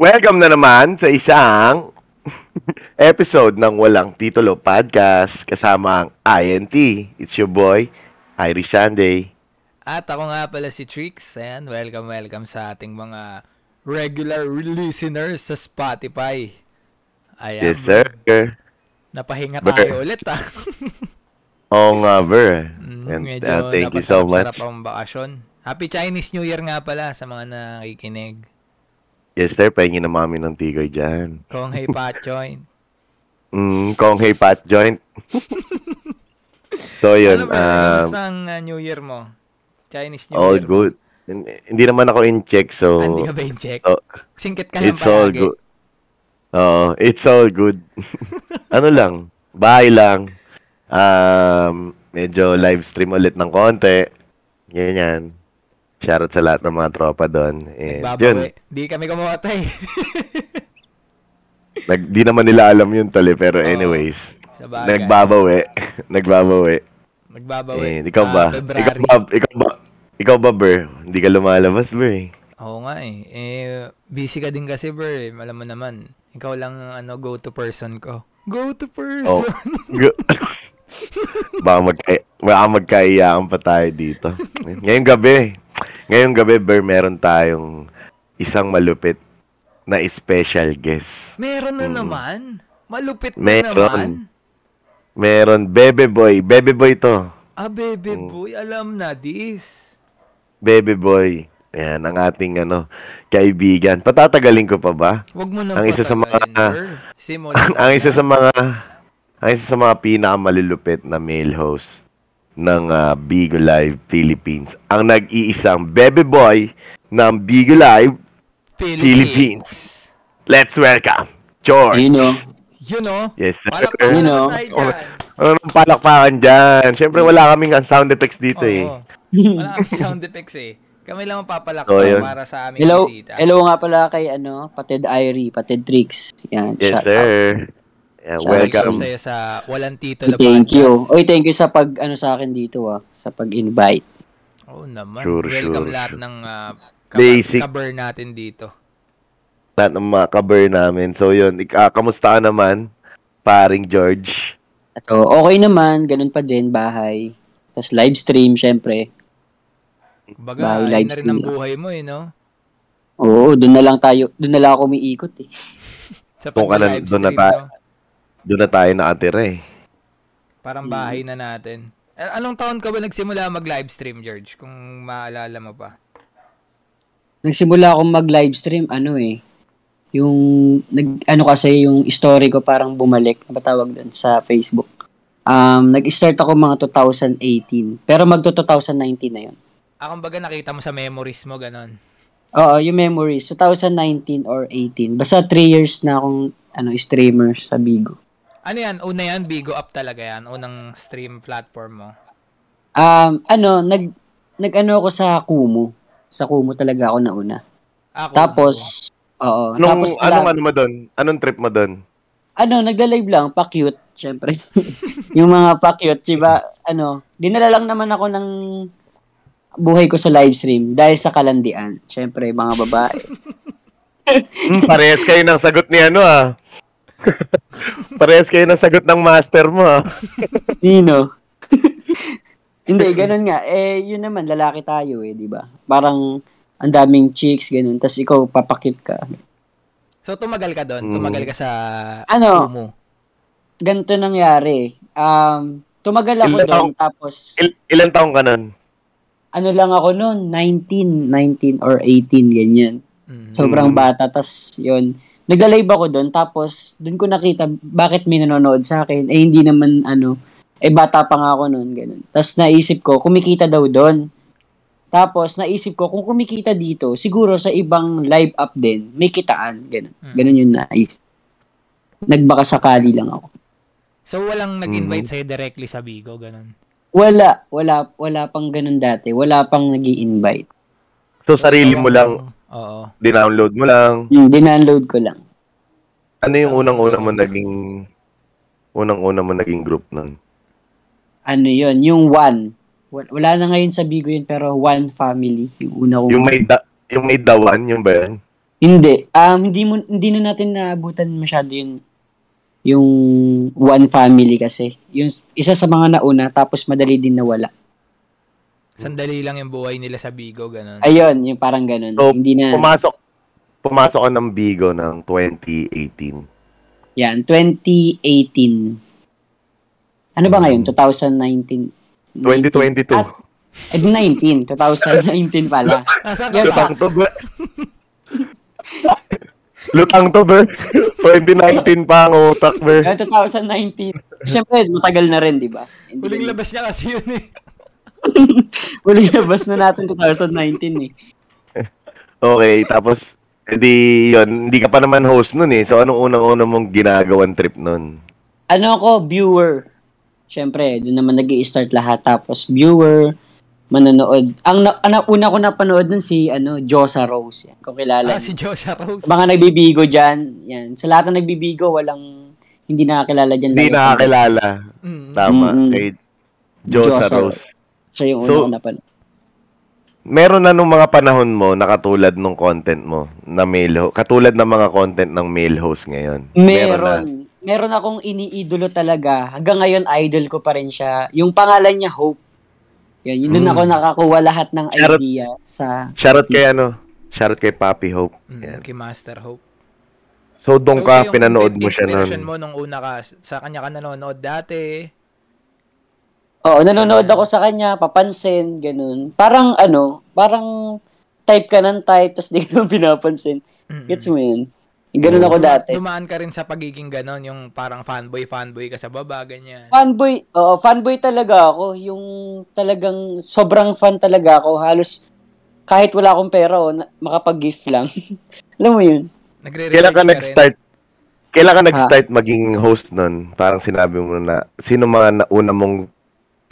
Welcome na naman sa isang episode ng Walang Titulo Podcast kasama ang INT. It's your boy, Irish Sunday. At ako nga pala si Trix. Ayan, welcome, welcome sa ating mga regular listeners sa Spotify. Ayan. Yes, sir. Napahinga Ber- tayo ulit ah. Oo nga, bro. Mm, And medyo uh, thank you so much. napasarap-sarap ang bakasyon. Happy Chinese New Year nga pala sa mga nakikinig. Yes, sir. Pahingin na mami ng tigoy dyan. Kong Hei Pachoy. Mm, kong hey pat joint. so, yun. ano ba, Um, um, ng uh, New Year mo? Chinese New all Year. good. Hindi naman ako in check, so... Ah, Hindi ka ba yung check? so, Singkit ka lang Oh, It's all palagi. good. Oo, it's all good. ano lang, bahay lang. Um, medyo live stream ulit ng konti. Ganyan. Shoutout sa lahat ng mga tropa doon. And yun, Nagbabawi. Di kami kumuhatay. nag, di naman nila alam yun tali, pero Oo, anyways. sa bagay. Nagbabawi. nagbabawi. Nagbabawi. And Eh, ikaw Ah, ba? February. ikaw ba? Ikaw ba? Ikaw ba, Ber? Hindi ka lumalabas, Ber. eh. Oo nga eh. Eh, busy ka din kasi, bro. Eh. Alam mo naman. Ikaw lang ang ano, go-to person ko. Go-to Oh. person! Gu- baka, magka- baka magkaiyakan pa tayo dito. Ngayong gabi, ngayong gabi, Ber, meron tayong isang malupit na special guest. Meron na naman. Malupit na Mm. Meron. naman. Meron, Bebe Boy. Bebe Boy to. Ah, bebe Mm. boy, alam na this. Bebe Boy. Ayan, ang ating ano, kaibigan. Patatagalin ko pa ba? Huwag mo na Ang isa sa mga- Simulan ang, ang isa sa mga ang isa sa mga pinakamalulupit na male host ng ah, Bigo Live Philippines. Ang nag-iisang bebe boy ng Bigo Live. Philippines. Let's welcome George. Nino, You know? Yes, sir. Palakpakan You know? na tayo dyan. Ano nang palakpakan dyan? Siyempre wala kaming ang sound effects dito eh. Oo. Wala kami sound effects eh. Kami lang ang papalakpak So, yun. para sa aming hello, bisita. hello nga pala kay ano, Patid Irie, Patid Tricks. Yan, Yes, shout sir. out. Yeah, Shout out welcome. Sa'yo sa walang titulo. podcast. Thank you. Oy, thank you sa pag ano sa akin dito ah, sa pag-invite. Oo naman. Sure, Welcome sure, sure. lahat ng ah, kab- Basic. kabar natin dito. Lahat ng mga kabar namin. So yun, ik- ah, kamusta ka naman? Paring George. At oh, okay naman, ganun pa din bahay. Tapos live stream syempre. Baga, Bye, ayun live na rin ang stream. buhay mo, eh, no? Oo, doon na lang tayo, doon na lang ako umiikot eh. Sa Doon ka na- pag-live doon na stream, tayo. no? Doon na tayo nakatira eh. Parang bahay na natin. Al- Anong taon ka ba nagsimula mag-live stream, George? Kung maalala mo pa. Nagsimula akong mag-live stream ano eh. Yung nag ano kasi yung story ko parang bumalik, Ano ba tawag doon sa Facebook. Um, nag-start ako mga 2018, pero magto 2019 na 'yon. Ah, kumbaga nakita mo sa memories mo, ganon. Oo, yung memories. 2019 or 18. Basta 3 years na akong ano, streamer sa Bigo. Ano yan? Una yan, Bigo Up talaga yan. Unang stream platform mo. Um, ano, nag, nag ano ako sa Kumu. Sa Kumu talaga ako nauna. Ako, Tapos, oo. Anong, tapos, anong alam- ano mo doon? Anong trip mo doon? ano, nagla-live lang, pa-cute, syempre. yung mga pa-cute, diba, ano, dinala lang naman ako ng buhay ko sa live stream dahil sa kalandian. Syempre, mga babae. Hmm, parehas kayo ng sagot ni ano ah. parehas kayo ng sagot ng master mo ah. Nino. Hindi, ganun nga. Eh, yun naman, lalaki tayo eh, di ba? Parang, ang daming chicks, ganun. Tapos ikaw, papakit ka. So, tumagal ka doon. Mm. Tumagal ka sa Ano? Kumu. Ganito nangyari. Um, tumagal ako Ilan doon, taong- tapos, Il- ilan taong ka nun? ano lang ako noon, 19, 19 or 18, ganyan. Mm. Sobrang Mm. bata. Tapos, yun. Nagla-live ako doon. Tapos, doon ko nakita bakit may nanonood sa akin. Eh, hindi naman, ano, eh, bata pa nga ako noon. Ganun. Tapos, naisip ko, kumikita daw doon. Tapos, naisip ko, kung kumikita dito, siguro sa ibang live up din, may kitaan. Ganun. Mm. Ganun yung naisip. Nagbaka sakali lang ako. So, walang Mm. nag-invite sa'yo directly sa Bigo, ganon. Wala, wala, wala pang ganun dati. Wala pang nag invite So, sarili mo lang, Oo. dinownload mo lang. Hmm, dinunload ko lang. Ano yung unang-una mo naging, unang-una mo naging group nun? Ano yun, yung one. Wa- Wala na ngayon sa Bigo yun, pero one family. Yung una kong Yung may, da- yung may dawan, yung ba yan? Hindi. Um, hindi, mo, hindi na natin naabutan masyado yun yung one family kasi. Yung isa sa mga nauna tapos madali din nawala. Sandali lang yung buhay nila sa Bigo, ganun. Ayun, yung parang ganun. So, hindi na. Pumasok pumasok ako ng Bigo ng 2018. Yan, 2018. Ano ba ngayon? 2019? 2022. Ah, eh, 19. 2019 pala. Ah, Nasaan ka Yun, ba? Lutang to, bro. Lutang to, bro. 2019 pa ang utak, bro. Yung 2019. Siyempre, matagal na rin, di ba? Hindi Huling rin- labas niya kasi yun eh. Huling labas na natin 2019 eh. Okay, tapos, hindi yon hindi ka pa naman host nun eh. So, anong unang-unang mong ginagawan trip nun? Ano ako, viewer. Siyempre, doon naman nag start lahat. Tapos, viewer, manonood. Ang, na, ang una ko napanood nun si, ano, Josa Rose. Yan, kung kilala. Ah, si Josia Rose. Sa mga nagbibigo dyan, yan. Sa lahat ng nagbibigo, walang, hindi nakakilala dyan. Hindi Lalo- nakakilala. Mm. Tama. Mm-mm. Kay Josa Josa Rose. Siya yung una So- ko napanood. Meron na nung mga panahon mo na katulad nung content mo na male ho- Katulad ng mga content ng male host ngayon. Meron. na. Meron akong iniidolo talaga. Hanggang ngayon, idol ko pa rin siya. Yung pangalan niya, Hope. Yan, yun doon Mm. ako nakakuha lahat ng Pero- idea sa Shoutout kay ano? Shoutout kay Papi Hope. Yan. Mm, kay Master Hope. So, doon So, ka, yung pinanood mo siya nun. inspiration mo nung una ka, sa kanya ka nanonood dati. Oo, nanonood ako sa kanya, papansin, ganun. Parang ano, parang type ka ng type, tapos di ka naman pinapansin. Mm-mm. Gets mo yun? Ganun ako dati. Dumaan ka rin sa pagiging ganon, yung parang fanboy-fanboy ka sa baba, ganyan. Fanboy, oo, fanboy talaga ako. Yung talagang sobrang fan talaga ako. Halos kahit wala akong pera, oh, na- makapag-gift lang. Alam mo yun? Nagre-relate Kailan ka rin. nag-start? Kailan ka nag-start maging host nun? Parang sinabi mo na, sino mga nauna mong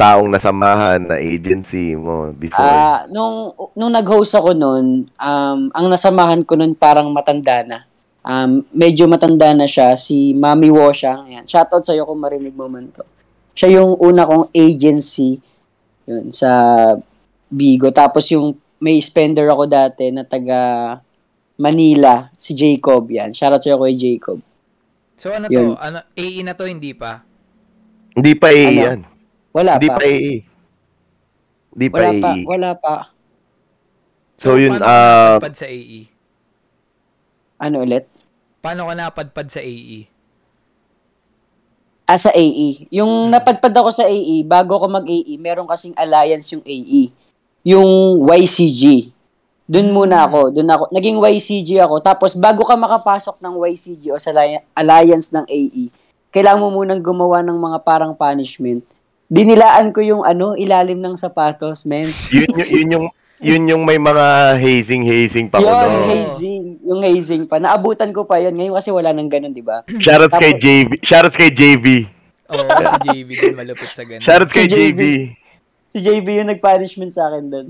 taong nasamahan na agency mo before? Ah, nung nung nag-host ako noon, um ang nasamahan ko noon parang matanda na. Um medyo matanda na siya si Mami Wo siya. Ayan. Shoutout sa iyo kung marinig mo man to. Siya yung una kong agency yun sa Bigo. Tapos yung may spender ako dati na taga Manila, si Jacob yan. Shoutout sa iyo kay Jacob. So ano to? Yun. Ano, AE na to, hindi pa? Hindi pa AE ano? yan. Wala Hindi pa. pa AE. Hindi pa wala pa, AE. wala pa. So yun, paano ah, ka napadpad sa AE? Ano ulit? Paano ka napadpad sa E? AE? Ah, sa AE. Yung napadpad ako sa AE, bago ako mag-AE, meron kasing alliance yung AE. Yung YCG. Doon muna ako. Doon ako. Naging YCG ako. Tapos, bago ka makapasok ng YCG o sa alli- alliance ng AE, kailangan mo munang gumawa ng mga parang punishment. Dinilaan ko yung ano, ilalim ng sapatos, men. yun, yun, yun yung yun yung may mga hazing-hazing pa ko. Yun, no? hazing. Yung hazing pa. Naabutan ko pa yun. Ngayon kasi wala nang ganun, di ba? Shoutouts kay Tapos- JB. Shoutouts kay JB. Oo, si JB din malupit sa ganun. Shoutouts kay Si JB. JB. Si JB yung nag-punishment sa akin doon.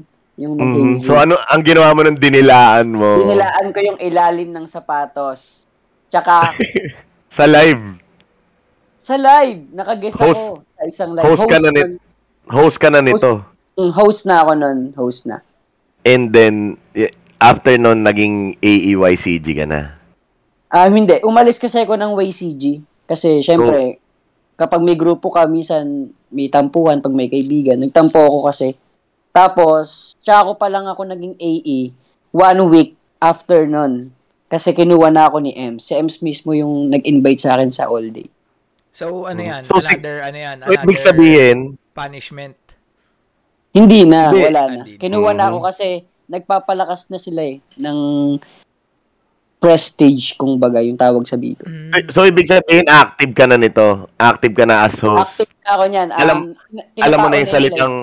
Mhm. Yung nag-hazing. So ano ang ginawa mo ng dinilaan mo? Dinilaan ko yung ilalim ng sapatos. Tsaka, Sa live. sa live, nakaguess Host. ako sa isang live. Host, ka na nito. Host ka na nito. Mm, Host na ako nun. Host na. And then y- after nun naging E AEYCG ka na. Um, hindi. Umalis kasi ako ng YCG. Kasi, Oh. syempre, kapag may grupo ka, minsan may tampuhan pag may kaibigan. Nagtampo ako kasi. Tapos, tsaka ako pa lang ako naging AE one week after nun. Kasi kinuha na ako ni Ems. Si Ems mismo yung nag-invite sa akin sa all day. So ano yan? Mm. So, si- another, ano yan? So, ibig Another sabihin, punishment. Hindi Ah, na, Hindi. wala na. Hindi. Kinuha na ako kasi nagpapalakas na sila eh ng prestige kung baga yung tawag sa Bigo. Mm, eh, so ibig sabihin active ka na nito. Active ka na as host. Active eh. na ako niyan. Um, Alam- tinatao alam mo na yung nila salitang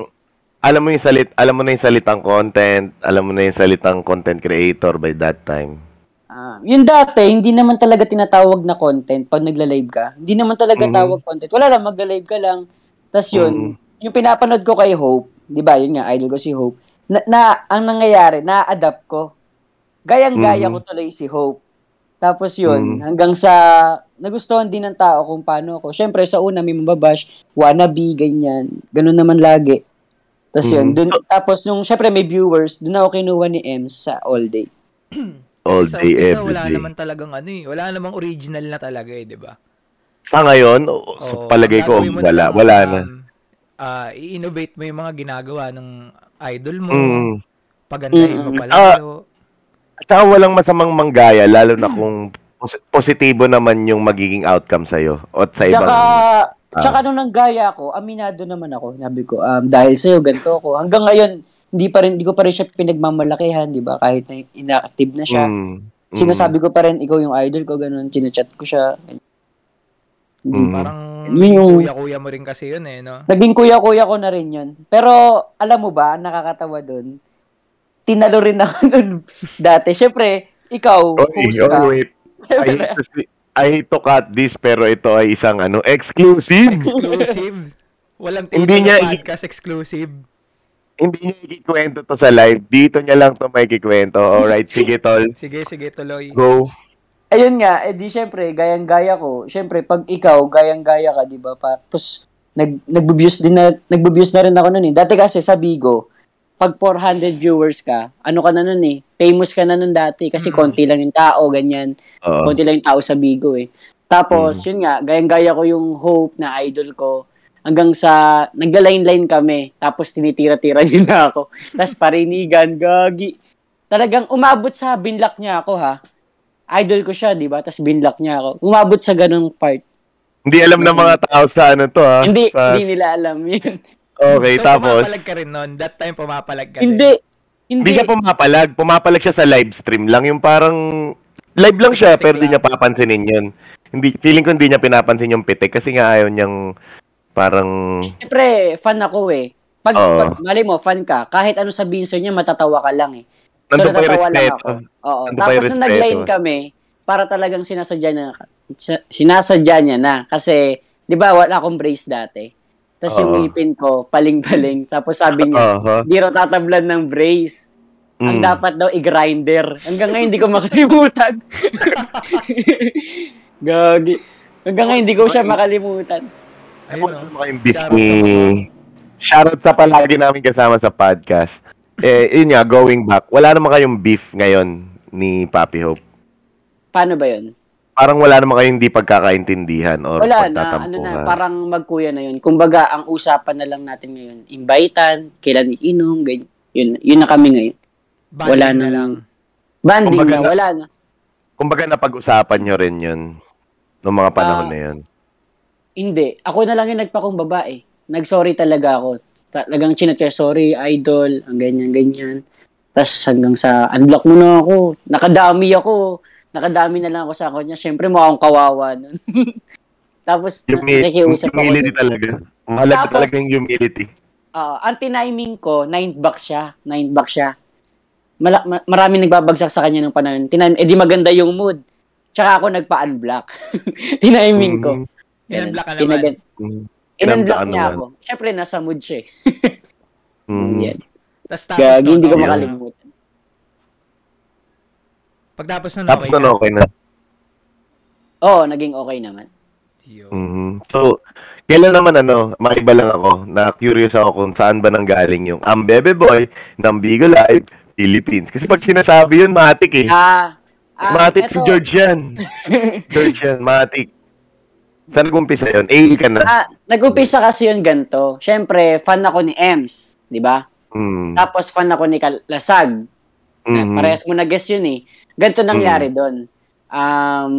alam mo yung salit alam mo na yung salitang content, alam mo na yung salitang content creator by that time. eh. Ah, yung dati, hindi naman talaga tinatawag na content pag nagla-live ka. Hindi naman talaga Mhm. tawag content. Wala lang, magla-live ka lang. Tapos yun, yung pinapanood ko kay Hope, di ba, yun nga, idol ko si Hope, na, na ang nangyayari, na-adapt ko. Gayang-gaya Mhm. ko tuloy si Hope. Tapos Mhm. yun, hanggang sa nagustuhan din ng tao kung paano ako. Siyempre, sa una may mababash, wannabe, ganyan. Ganun naman lagi. Tapos yun, Mhm. dun, tapos nung, siyempre may viewers, dun ako kinuha ni Ems sa all day. all Kasi sa day, umpisa, every Wala day. naman talagang ano eh. Wala namang original na talaga eh, di ba? Sa ngayon, o- sa Oo, palagay ko, gagawin mo wala, lang, wala na. um, ah, i-innovate mo yung mga ginagawa ng idol mo. Mm. Pagandahin mo Mm. pala. Ah, pero, At saka walang masamang manggaya, lalo na kung pos- positibo naman yung magiging outcome sa'yo at sa Ah. ibang... Tsaka, tsaka nung nanggaya ako, aminado naman ako. Sabi ko, um, dahil sa'yo, ganito ako. Hanggang ngayon, hindi pa rin, hindi ko pa rin siya pinagmamalakihan, di ba? Kahit na inactive na siya. Mm, mm. Sinasabi ko pa rin, ikaw yung idol ko, ganun. Chinachat ko siya. Hindi Mm. parang Yun yung- kuya-kuya mo rin kasi yun eh, no? Naging kuya-kuya ko na rin yun. Pero, alam mo ba, ang nakakatawa dun, tinalo rin ako dun dati. Siyempre, ikaw, Oy, host ka. oh, wait. I hate, to see- I hate to cut this, pero ito ay isang ano, exclusive. Exclusive. Walang Hindi titulo Hindi niya- podcast exclusive. Hindi niya ikikwento to sa live. Dito niya lang to may kikwento. Alright, sige tol. Sige, sige, tuloy. Go. Ayun nga, eh di syempre, gayang-gaya ko. Syempre, pag ikaw, gayang-gaya ka, di ba? Pa, tapos, nag, nagbubius din na, nagbubius na rin ako nun eh. Dati kasi sa Bigo, pag 400 viewers ka, ano ka na nun eh, famous ka na nun dati kasi konti lang yung tao, ganyan. Oo. Konti lang yung tao sa Bigo eh. Tapos, yun nga, gayang-gaya ko yung Hope na idol ko hanggang sa, nagla-line-line kami, tapos tinitira-tira niya na ako. Tapos parinigan, gagi. Talagang umabot sa binlock niya ako ha idol ko siya, di ba? Tapos binlock niya ako. Umabot sa ganung part. Hindi alam ng mga tao sa ano to ha. hindi, Sa- hindi nila alam yun. Okay, so, tapos. pumapalag ka rin nun. That time, pumapalag ka rin. hindi, hindi. Hindi siya pumapalag. Pumapalag siya sa live stream lang. Yung parang live lang siya pero di niya papansinin yun. Hindi, feeling ko hindi niya pinapansin yung pitik kasi nga ayaw niyang parang... Siyempre, fan ako eh. Pag, Oo. pag mali mo, fan ka, kahit ano sabihin sa'yo niya, matatawa ka lang eh. Nandun pa yung natatawa lang respeto. ako. Oo. Nandun pa Tapos yung nung nag-line respeto. kami, para talagang sinasadya niya, sa- sinasadya niya na. Kasi, di ba, wala akong brace dati. Tapos yung Oo. ngipin ko, paling-paling. Tapos sabi niya, Oo. di raw tatablan ng brace. Ang Mm. dapat daw i-grinder. Hanggang ngayon hindi ko makalimutan. Gagi. Hanggang ngayon hindi ko siya makalimutan. Ayun, Ano no? ba kayong beef Shoutout ni... Shoutout sa palagi namin kasama sa podcast. Eh, yun nga, going back, wala naman kayong beef ngayon ni Papi Hope. Paano ba yun? Parang wala naman kayong hindi pagkakaintindihan or Wala na, ano pagtatampuhan. na, parang magkuya na yun. Kumbaga, ang usapan na lang natin ngayon, imbitan, kailan iinom, ganyan. Yun, yun na kami ngayon. Banding wala na na. lang. Banding Kumbaga na, na- wala na. Kumbaga napag-usapan nyo rin yun noong mga panahon Ah. na yun. Hindi. Ako na lang yung nagpakumbaba eh. Nag-sorry talaga ako. Talagang chinat ko, sorry, idol, ang ganyan, ganyan. Tapos hanggang sa, unblock mo na ako. Nakadami ako. Nakadami na lang ako sa kanya. Siyempre, mukhang kawawa nun. Tapos, na- Humi- nakikiusap ako. humility dun. talaga. Mahalaga Tapos- talaga yung humility. Ah, ang tiniming ko, 9 bucks siya. 9 bucks siya. Mala- ma- marami nagbabagsak sa kanya ng panahon. Tinime, eh di maganda yung mood. Tsaka ako nagpa-unblock. tiniming ko. Mm-hmm. Inunblock ka naman. Tinagan- Mm. In-unblock Kinamtaan niya naman. ako. Siyempre, nasa mood siya eh. Mm. Yan. Tapos tapos Gagi, nun, hindi ko okay na. makalimutan. Pag tapos nun, Tapos okay ano, okay na. Oo, naging okay naman. Yo. Mhm. So, kailan naman ano, maiba lang ako, na curious ako kung saan ba nanggaling yung ang bebe boy ng Bigo Live, Philippines. Kasi pag sinasabi yun, matik eh. Ah, ah matik si eto. George yan. George yan, matik. Saan nag-umpisa yun? AE ka na. Ah, nag-umpisa kasi yun ganito. Siyempre, fan ako ni Ems, di ba? Mm. Tapos fan ako ni Kalasag. Mhm. eh, Parehas mo na-guess yun eh. Ganito nangyari doon. Um,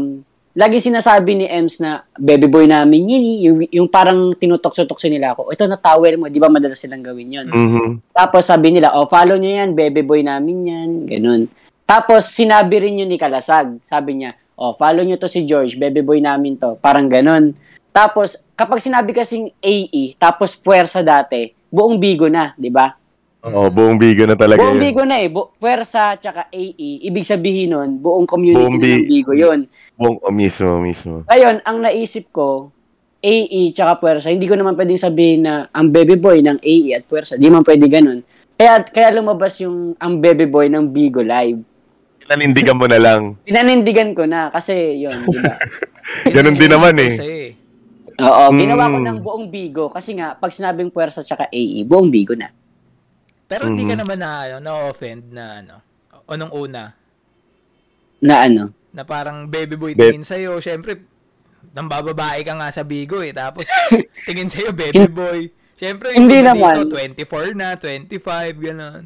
lagi sinasabi ni Ems na, baby boy namin yun eh." Yung, yung parang tinutokso-tokso nila ako. Ito na towel mo, di ba madalas silang gawin yun? Mhm. Tapos sabi nila, oh, follow nyo yan, bebe boy namin yan, ganun. Tapos sinabi rin yun ni Kalasag, sabi niya, oh, follow nyo to si George, bebe boy namin to, parang ganun. Tapos, kapag sinabi kasing AE, tapos puwersa dati, buong bigo na, di ba? Oo, Oh, buong Bigo na talaga yun. Buong bigo na eh, bu- puwersa tsaka AE, ibig sabihin nun, buong community Buong na ng bi- bigo yun. Buong, oh, mismo, mismo. Ngayon, ang naisip ko, AE tsaka puwersa, hindi ko naman pwedeng sabihin na ang baby boy ng AE at puwersa. Di man pwede ganun. Kaya, kaya lumabas yung ang baby boy ng Bigo Live. Nanindigan mo na lang. Pinanindigan ko na kasi yun, di ba? Ganun din naman eh. Sa'yo eh. Oo, Mm. ginawa ko ng buong Bigo kasi nga, pag sinabing puwersa tsaka AE, buong Bigo na. Pero hindi ka Mhm. naman na, ano, na-offend na, ano, o nung una. Na ano? na parang baby boy Be- tingin sa'yo, syempre, nambababae ka nga sa Bigo eh. Tapos, tingin sa'yo, baby boy. Syempre, yung Hindi iba naman. Dito, 24 na, 25, ganun.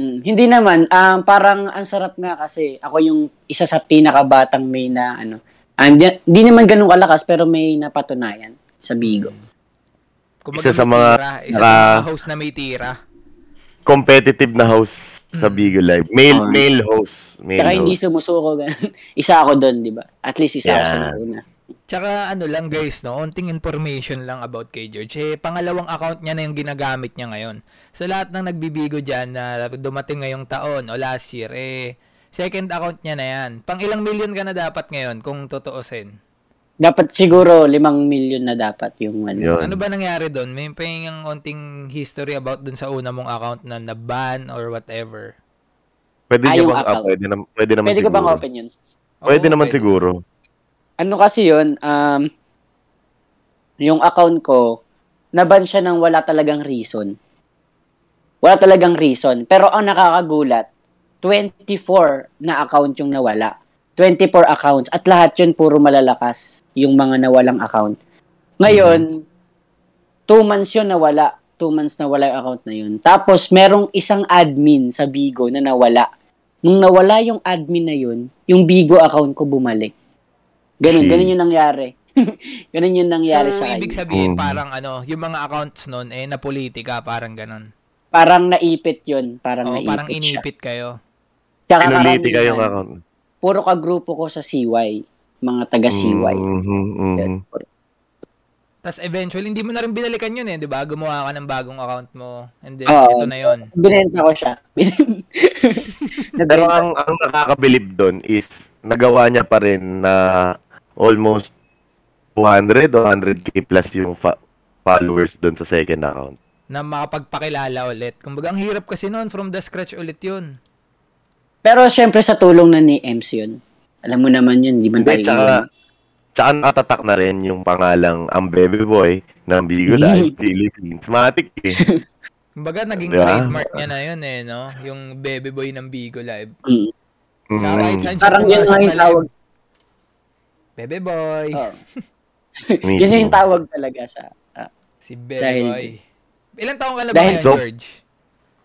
Mm, hindi naman. Um, parang ang sarap nga kasi ako yung isa sa pinakabatang may na ano. Um, di, di naman ganun kalakas pero may napatunayan sa Bigo. Mm, Kung Isa sa mga- isa sa mga naka- host na may tira. Competitive na host sa Bigo Live. Male, Oo. male host. Male Kaya Mm. Oh. hindi host. sumusuko. ganun. isa ako doon, di ba? At least isa ako sa Yeah. una. Tsaka ano lang guys, no, onting information lang about kay George. Eh, pangalawang account niya na yung ginagamit niya ngayon. Sa lahat ng nagbibigo dyan na dumating ngayong taon o last year, eh, second account niya na yan. Pang ilang million ka na dapat ngayon kung totoosin? Dapat siguro limang million na dapat yung ano. Yun. Ano ba nangyari doon? May pahingang konting history about doon sa una mong account na na-ban or whatever. Pwede Ah, niya yung bang, ah, account. pwede, nam, pwede naman Pwede ko siguro. bang open yun? Pwede Oo, naman siguro. Ano kasi yun, um, yung account ko, naban siya ng wala talagang reason. Wala talagang reason. Pero ang nakakagulat, 24 na account yung nawala. 24 accounts. At lahat yun puro malalakas yung mga nawalang account. Ngayon, 2 months yun nawala. 2 months nawala yung account na yun. Tapos, merong isang admin sa Bigo na nawala. Nung nawala yung admin na yun, yung Bigo account ko bumalik. Ganun, Jeez. ganun yung nangyari. ganun yung nangyari So, sa akin. ibig sabihin, Mm. parang ano, yung mga accounts noon, eh, na politika, parang ganun. Parang naipit yun. Parang Oo, naipit parang siya. inipit kayo. Tsaka Pinuliti ka yung karamihan, account. Puro kagrupo ko sa CY. Mga taga CY. Mhm, mhm. Tapos eventually, hindi mo na rin binalikan yun eh, di ba? Gumawa ka ng bagong account mo. And then, Ah, Oo. ito na yun. Binenta ko siya. Pero ah, Nabenta- ang, ang nakakabilib doon is nagawa niya pa rin na almost 200 o 100k plus yung fa- followers doon sa second account. Na makapagpakilala ulit. Kumbaga, ang hirap kasi noon, from the scratch ulit yun. Pero syempre sa tulong na ni MC yun. Alam mo naman yun, di ba Hindi, tayo tsaka, tsaka nakatatak na rin yung pangalang ang baby boy ng Bigo Live Mm-hmm. Philippines. Matik eh. Kumbaga, naging Di ba? trademark niya na yun eh, no? Yung Bebe Boy ng Bigo Live. Mm. Tsaka kahit Mm, saan siya Parang yun pumasok nga na yung live, tawag. Bebe Boy. Oh. mismo. yun yung tawag talaga sa... ah. Si Bebe Dahil Boy. Ilan taong ka na ba Dahil- ngayon, So- George?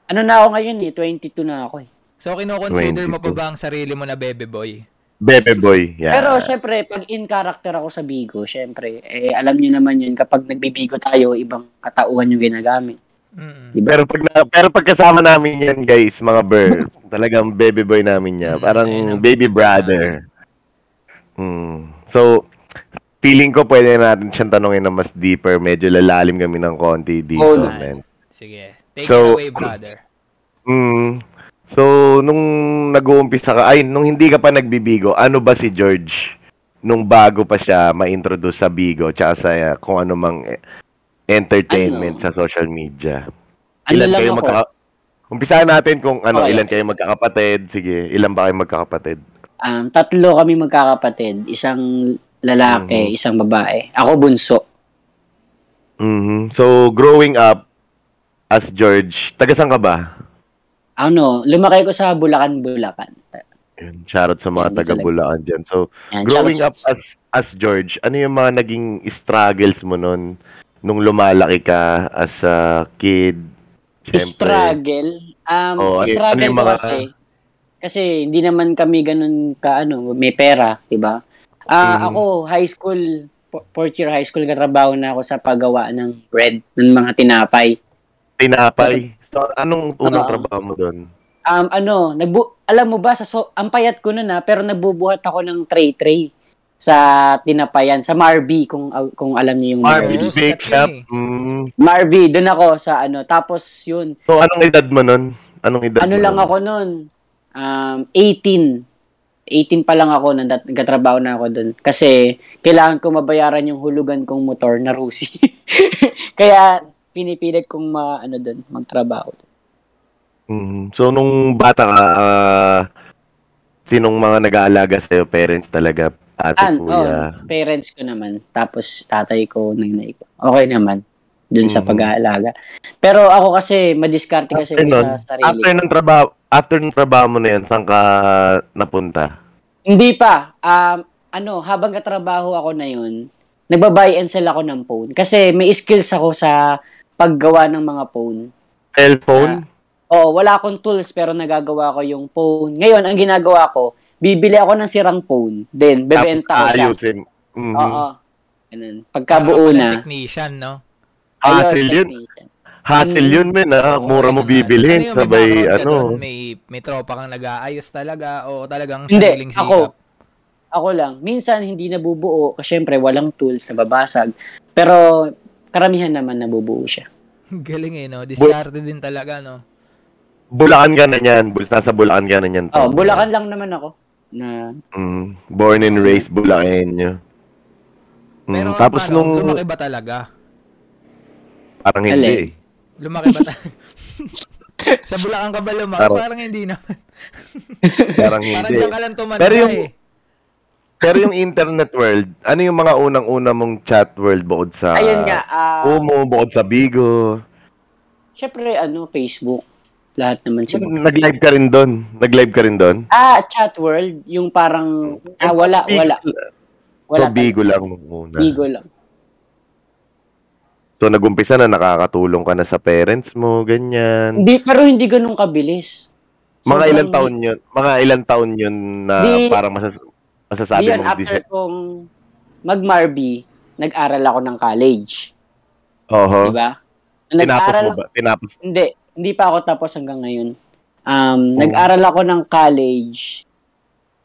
ano na ako ngayon eh, 22 na ako eh. So, kinoconsider mo pa 22. ba ang sarili mo na Bebe Boy? Bebe boy. Yeah. Pero syempre, pag in character ako sa Bigo, syempre, eh, alam nyo naman yun, kapag nagbibigo tayo, ibang katauhan yung ginagamit. Mm. Pero pag na, pero pag kasama namin yan guys, mga birds, talagang baby boy namin niya. Mm, ayun Parang ang- baby brother. Mm. So, feeling ko pwede natin siyang tanongin na mas deeper. Medyo lalalim kami ng konti dito, Oh, no. man. Sige. Take So- it away, brother. Mm. So, nung nag-uumpisa ka, ay, nung hindi ka pa nagbibigo, ano ba si George? Nung bago pa siya ma-introduce sa Bigo, tsaka sa uh, kung ano mang eh, entertainment Ano? sa social media. Ano lang ako? magkaka- Umpisahan natin kung ano, Okay. ilan kayo magkakapatid. Sige, ilan ba kayo magkakapatid? Um, tatlo kami magkakapatid. Isang Mhm. lalaki, isang babae. Ako bunso. Mhm. So, growing up as George, taga saan ka ba? Ano, lumaki ko sa Bulacan, Bulacan. Yun, Shoutout sa Yan, mga taga talaga. Bulacan dyan. So, Yan, growing up shoutout- as as George, ano yung mga naging struggles mo nun nung lumalaki ka as a kid? Siyempre. struggle. Um, Oo, ano- struggle ano yung ko mga- kasi. Kasi hindi naman kami ganun ka ano, may pera, 'di ba? Ah, Mhm. ako high school po- fourth year high school katrabaho na ako sa paggawa ng bread ng mga tinapay. Tinapay. So, anong unang Oo. trabaho mo doon? Um, ano, nagbu alam mo ba sa so ang payat ko noon na pero nagbubuhat ako ng tray tray sa tinapayan sa Marby kung uh, kung alam niyo yung Marvin's sikat Bake yun Shop. eh. Mm. Marby, doon ako sa ano. Tapos yun, So, anong edad mo nun? Anong edad ano mo lang nun? ako noon, um, 18. 18 pa lang ako, nandat- nagkatrabaho na ako doon. Kasi, kailangan ko mabayaran yung hulugan kong motor na Rusi. Kaya, pinipilit kong ma, ano doon, magtrabaho. Mhm. So, nung bata ka, ah, sinong mga nag-aalaga sa'yo? Parents talaga? Ate, An, oh, kuya? parents ko naman. Tapos, tatay ko, nanay ko. Okay naman. Doon sa Mhm. pag-aalaga. Pero ako kasi, madiskarte kasi After ko nun, sa sarili. after ng trabaho, after ng trabaho mo na yan, saan ka napunta? Hindi pa. Um, ano, habang katrabaho ako na yun, nagbabuy and sell ako ng phone. Kasi may skills ako sa paggawa ng mga phone. Cellphone? Oo, wala akong tools pero nagagawa ko yung phone. Ngayon, ang ginagawa ko, bibili ako ng sirang phone. Then, bebenta ko Tapos siya. ayusin. Mhm. Oo. Ganun. Pagkabuo Parang na. Technician, no? Hassle ayun, Ah, yun. technician. Hassle Mm. yun, men. Ah. Mura mo Ano bibilhin. Ano yun, may Sabay, background ka doon? ano. May, may tropa kang nag-aayos talaga o talagang Hindi, sariling sikap? ako. Ako lang. Minsan, hindi nabubuo. Kasi syempre, walang tools, nababasag. Pero, karamihan naman nabubuo siya. Galing eh, no? Discarte din talaga, no? Bulacan ka na niyan. Bul- Nasa Bulacan ka na niyan. Oh, Bulacan lang naman ako. Na, Mm. Born and raised Bulacan nyo. Mm. Pero Tapos ano, nung, lumaki ba talaga? parang Alin? hindi eh. Lumaki ba talaga? Sa Bulacan ka ba lumaki? Parang- Parang hindi naman. Parang Parang hindi. diyan ka lang tumanda Pero yung- eh. Pero yung internet world, ano yung mga unang-una mong chat world bukod sa ayun nga. ah, Umo, bukod sa Bigo? Syempre, ano, Facebook. Lahat naman siya. Nag-live ka rin doon? Nag-live ka rin doon? Ah, Chat World, yung parang, ah, wala, Bigo- wala. Wala. So, Bigo lang talaga. muna. Bigo lang. So, nagumpisa na nakakatulong ka na sa parents mo, ganyan. Hindi, pero hindi ganun kabilis. Hmm. Mga Sobrang- ilang taon yun? Mga ilang taon yun na Di- parang masas- masasabi Yun, mong after dis- kong mag-Marby, nag-aral ako ng college. Oho. Di ba? Oh. Tinapos Nag-aral mo ba? Tinapos. Hindi, hindi pa ako tapos hanggang ngayon. Um, Oh. Oo. Nag-aral ako ng college.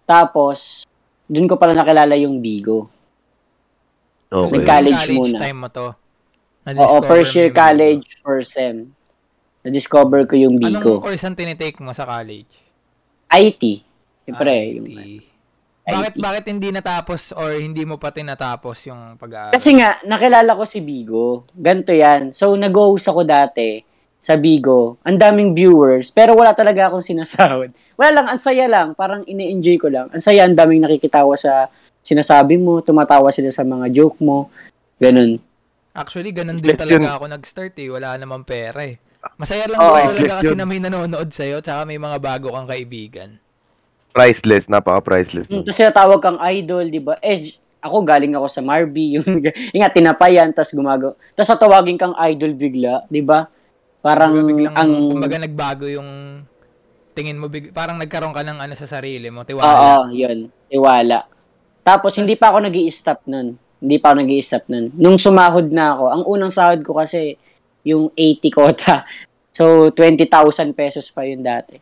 Tapos, dun ko pala nakilala yung Bigo. Okay. Nagka- college muna. time mo to. Oo, Na-discover first mo year yung- college, first sem. Na-discover ko yung Anong Bigo. course ang tinitake mo sa college? IT. Siyempre, Ah, yung IT. IT. Bakit, bakit hindi natapos or hindi mo pa tinatapos yung pag-aaral? Kasi nga, nakilala ko si Bigo. Ganto yan. So, nag-host ako dati sa Bigo. Ang daming viewers, pero wala talaga akong sinasahod. Wala lang, ang saya lang. Parang ini-enjoy ko lang. Ang saya, ang daming nakikitawa sa sinasabi mo. Tumatawa sila sa mga joke mo. Ganun. Actually, ganun din Let's yun. talaga ako nag-start eh. Wala namang pera eh. Masaya lang Oo. naman talaga Let's kasi yun. na may nanonood sa'yo tsaka may mga bago kang kaibigan. Priceless. Napaka-priceless. Hmm. Mm, nun. Tapos tinatawag kang idol, di ba? Eh, j- ako galing ako sa Marby. Yung, yung nga, tinapayan, tapos gumagawa. Tapos tatawagin kang idol bigla, di ba? Parang Kumbaga biglang, ang... kumbaga nagbago yung tingin mo, big, parang nagkaroon ka ng ano sa sarili mo, Oo, tiwala. yun. Iwala. Tapos, hindi pa ako nag stop nun. Hindi pa ako nag stop nun. Nung sumahod na ako, ang unang sahod ko kasi yung 80 kota. So, 20,000 pesos pa yun dati.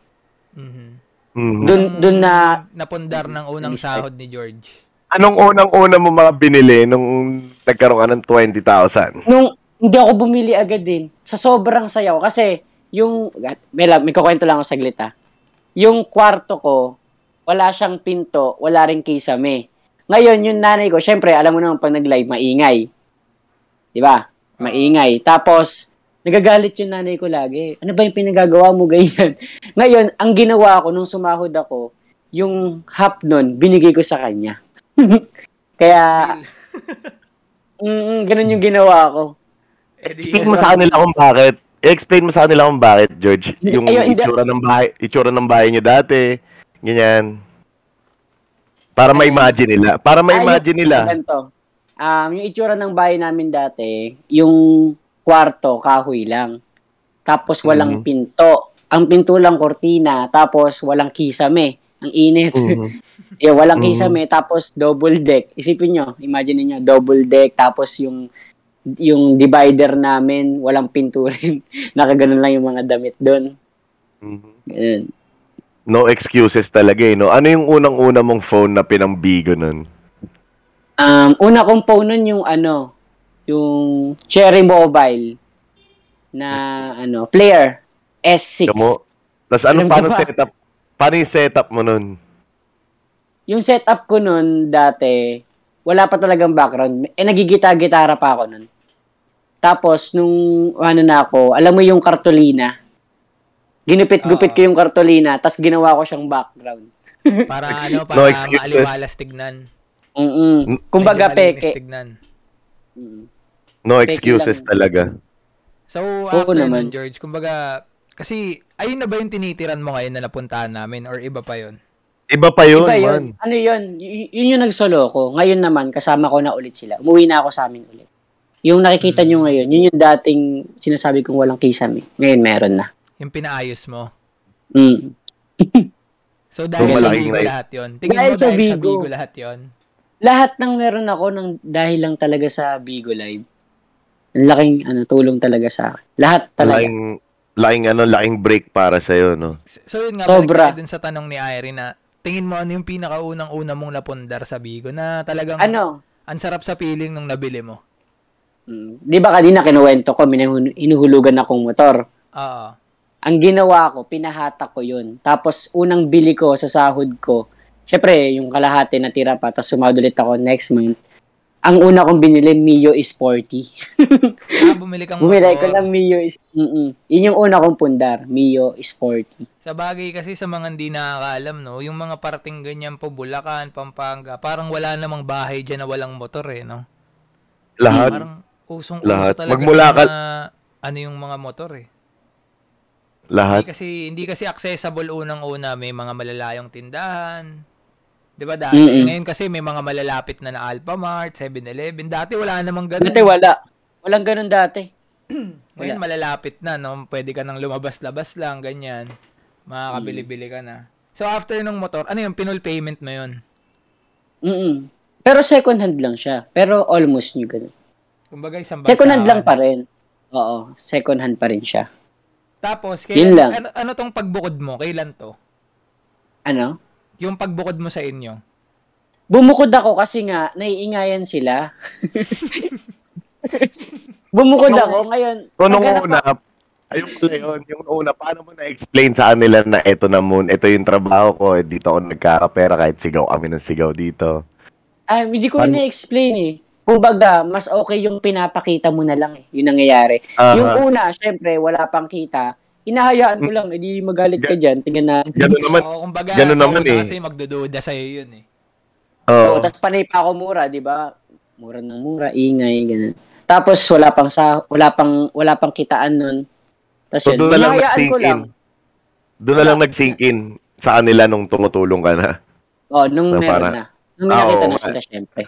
Mhm. Mm. Mhm. Dun, dun na, Napundar ng unang Nag-start. sahod ni George. Anong unang-una mo mga binili nung nagkaroon ka ng 20,000? nung hindi ako bumili agad din, sa sobrang sayaw, kasi yung, may, lang- may kukwento lang ako saglit ha. Yung kwarto ko, wala siyang pinto, wala rin kisame. Ngayon, yung nanay ko, syempre, alam mo naman pag nag-live, maingay. Di ba? Maingay. Tapos, nagagalit yung nanay ko lagi. Ano ba yung pinagagawa mo ganyan? Ngayon, ang ginawa ko nung sumahod ako, yung half nun, binigay ko sa kanya. Kaya, mm, ganun yung ginawa ko. Eh di, Explain mo sa kanila kung bakit. Explain mo sa kanila kung bakit, George. Yung Ayun, hindi. itsura ng bahay, itsura ng bahay niyo dati. Ganyan. Para ma-imagine nila. Para ma-imagine Ayun, nila. Ganito. Um, yung itsura ng bahay namin dati, yung kwarto, kahoy lang. Tapos walang Mhm. pinto. Ang pinto lang kortina, tapos walang kisame. Ang init. Mhm. eh, walang Mhm. kisame, tapos double deck. Isipin nyo, imagine niyo double deck, tapos yung yung divider namin, walang pinto rin. Nakaganon lang yung mga damit doon. Mhm. Ganun. No excuses talaga eh, no? Ano yung unang-una mong phone na pinambigo nun? Um, una kong phone nun yung ano, yung Cherry Mobile na ano, player S6. Kamo? Tapos anong Alam ko paano pa. setup? Paano yung setup mo nun? Yung setup ko nun dati, wala pa talagang background. Eh, nagigita-gitara pa ako nun. Tapos, nung ano na ako, alam mo yung kartolina? Ginupit-gupit Oo. ko yung kartolina, tapos ginawa ko siyang background. para ano, para No excuses. maaliwalas tignan. Mm-mm. Kumbaga, Medyo malinis peke. tignan. Mm. No Peke excuses lang. talaga. So, Oo after nun, naman. George, kumbaga, kasi, ayun na ba yung tinitiran mo ngayon na napuntahan namin or iba pa yun? Iba pa yun, Iba man. yun. Ano yun? Y- yun yung nagsolo ko. Ngayon naman, kasama ko na ulit sila. Umuwi na ako sa amin ulit. Yung nakikita Hmm. nyo ngayon, yun yung dating sinasabi kong walang kisame. Ngayon, meron na. Yung pinaayos mo. Mm. So dahil So, sa malaking Bigo life. lahat yun. Tingin Dahil mo sa dahil sa Bigo. Bigo lahat yun. Lahat ng meron ako ng dahil lang talaga sa Bigo Live. Ang laking ano, tulong talaga sa akin. Lahat talaga. Laking, laking ano, laking break para sa'yo, no? So yun nga, balik Sobra. tayo dun sa tanong ni Irene na tingin mo ano yung pinakaunang-una mong napundar sa Bigo na talagang Ano? ang sarap sa feeling nung nabili mo. Mm, Di ba kanina kinuwento ko, minahun- inuhulugan akong motor. Oo. ang ginawa ko, pinahatak ko yun. Tapos, unang bili ko sa sahod ko, syempre, yung kalahati natira pa, tapos sumahod ulit ako next month. Ang una kong binili, Mio is 40. Ah, bumili kang Bumili ko motor. ng Mio is... Mm-mm. Yun yung una kong pundar, Mio is 40. Sa bagay kasi sa mga hindi nakakaalam, no, yung mga parting ganyan po, Bulacan, Pampanga, parang wala namang bahay dyan na walang motor eh, no? Lahat, Parang usong Lahat. uso talaga Magmula sa mga, ano yung mga motor eh. Hindi lahat. kasi, hindi kasi accessible unang-una, may mga malalayong tindahan. 'Di ba dati? Mm-mm. Ngayon kasi may mga malalapit na na Alphamart, 7-Eleven. Dati wala namang ganun. Dati wala. Walang ganun dati. Ngayon malalapit na, no? Pwede ka nang lumabas-labas lang, ganyan. Makakabili-bili ka na. So after nung motor, ano yung pinul payment mo yun? Mm-mm. Pero second hand lang siya. Pero almost new ganun. Kumbaga isang bagsakan. Second hand lang pa rin. Oo, second hand pa rin siya. Tapos, Yun kailan, lang. Ano, ano tong pagbukod mo? Kailan to? Ano? Yung pagbukod mo sa inyo. Bumukod ako kasi nga, naiingayan sila. Bumukod ako ngayon. So, nung naghanap una, ayun pala yun, yung una, paano mo na-explain sa kanila na eto na moon, eto yung trabaho ko, eh, dito ako nagkakapera kahit sigaw kami ng sigaw dito. Ah, hindi ko Ano? rin explain eh. Kumbaga, mas okay yung pinapakita mo na lang eh. Yung nangyayari. Ah, Yung una, syempre, wala pang kita. Hinahayaan Mm. ko lang, edi magalit ka dyan. Tingnan na. Ganun naman. Oo, kumbaga, ganun sa naman una eh. Kasi magdududa sa'yo yun eh. Oo. Oo, tapos panay pa ako mura, di ba? Mura ng mura, ingay, ganun. Tapos wala pang sa wala pang wala pang kitaan nun. Tapos So, yun, doon na lang hinahayaan nag-sink ko in. lang. Doon na lang nag-sink in sa kanila nung tumutulong ka na. Oh, nung So, meron para- na. Nung may Ah, nakita oo na nga. sila, syempre.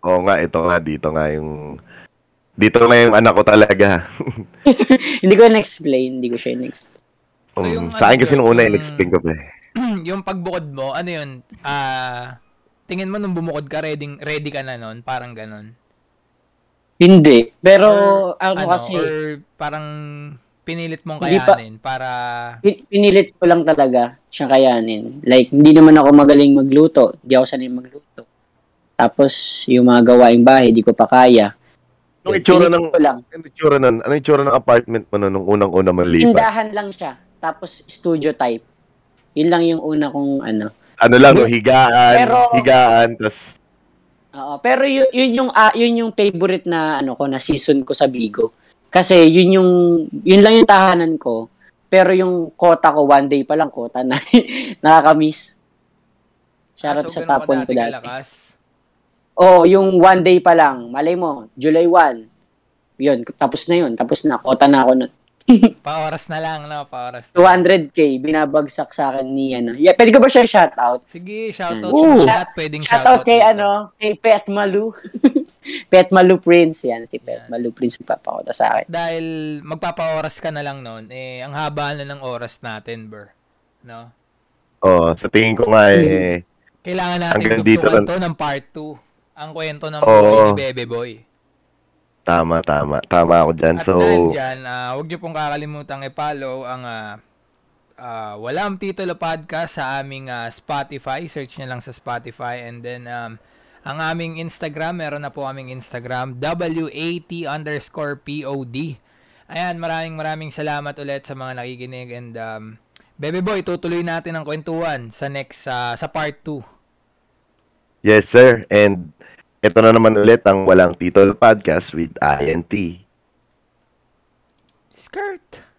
Oo nga, ito nga, dito nga yung... Dito na yung anak ko talaga. hindi ko na-explain, hindi ko siya na-explain. So, Mm, yung sa akin ano kasi yun, nung una, yung- in-explain ko pa eh. yung pagbukod mo, ano yun? Ah, tingin mo nung bumukod ka, ready, ready ka na nun? Parang ganun. Hindi. Pero, Or, ano, kasi, Or parang pinilit mong Hindi pa- kayanin para... pi- pinilit ko lang talaga siyang kayanin. Like, hindi naman ako magaling magluto. Hindi ako sanay magluto. Tapos, yung mga gawaing bahay, di ko pa kaya. Yung itsura Pinilit ng... ko lang. Ano yung itsura ng, ano yung itsura ng apartment mo nun nung unang-una malipat? Tindahan lang siya. Tapos, studio type. Yun lang yung una kong ano. Ano lang, no, higaan, Pero- higaan, tas Oo, pero yun, yun yung ah, yun yung favorite na ano ko na season ko sa Bigo. Kasi yun yung yun lang yung tahanan ko. Pero yung kota ko one day pa lang kota na nakakamiss. Shout Ah, so, out ganun sa ka tapon ko dati. kalakas. Oo, yung one day pa lang. Malay mo, July 1. Yun, tapos na yun. Tapos na, kota na ako. nun. Paoras na lang, no? Paoras na. 200k, binabagsak sa akin ni ano. Yeah, pwede ko ba siya shout out? Sige, shoutout Ooh. sa lahat. Pwedeng Shout shoutout. out kay dito. ano, kay Pet Malu. Pet Malu Prince yan, si Pet Malu Prince ang papakota sa akin. dahil magpapaoras ka na lang noon, eh, ang haba na ng oras natin, bro. No? Oh, sa tingin ko nga eh, Kailangan natin Hanggang dito lang. tuktukan to ng part 2. Ang kwento ng Oo. buhay ni Bebe Boy. tama, tama. Tama ako dyan. At So, dahil dyan, ah, huwag niyo pong kakalimutan i-follow ang ah, ah, Walang Titulo Podcast sa aming ah, Spotify. Search niyo lang sa Spotify. And then, um, ang aming Instagram, meron na po aming Instagram, WAT underscore POD. Ayan, maraming maraming salamat ulit sa mga nakikinig. And, um, Bebe Boy, tutuloy natin ang kwentuhan sa next, ah, sa part 2. yes sir. And ito na naman ulit ang Walang Titol Podcast with INT. Skirt!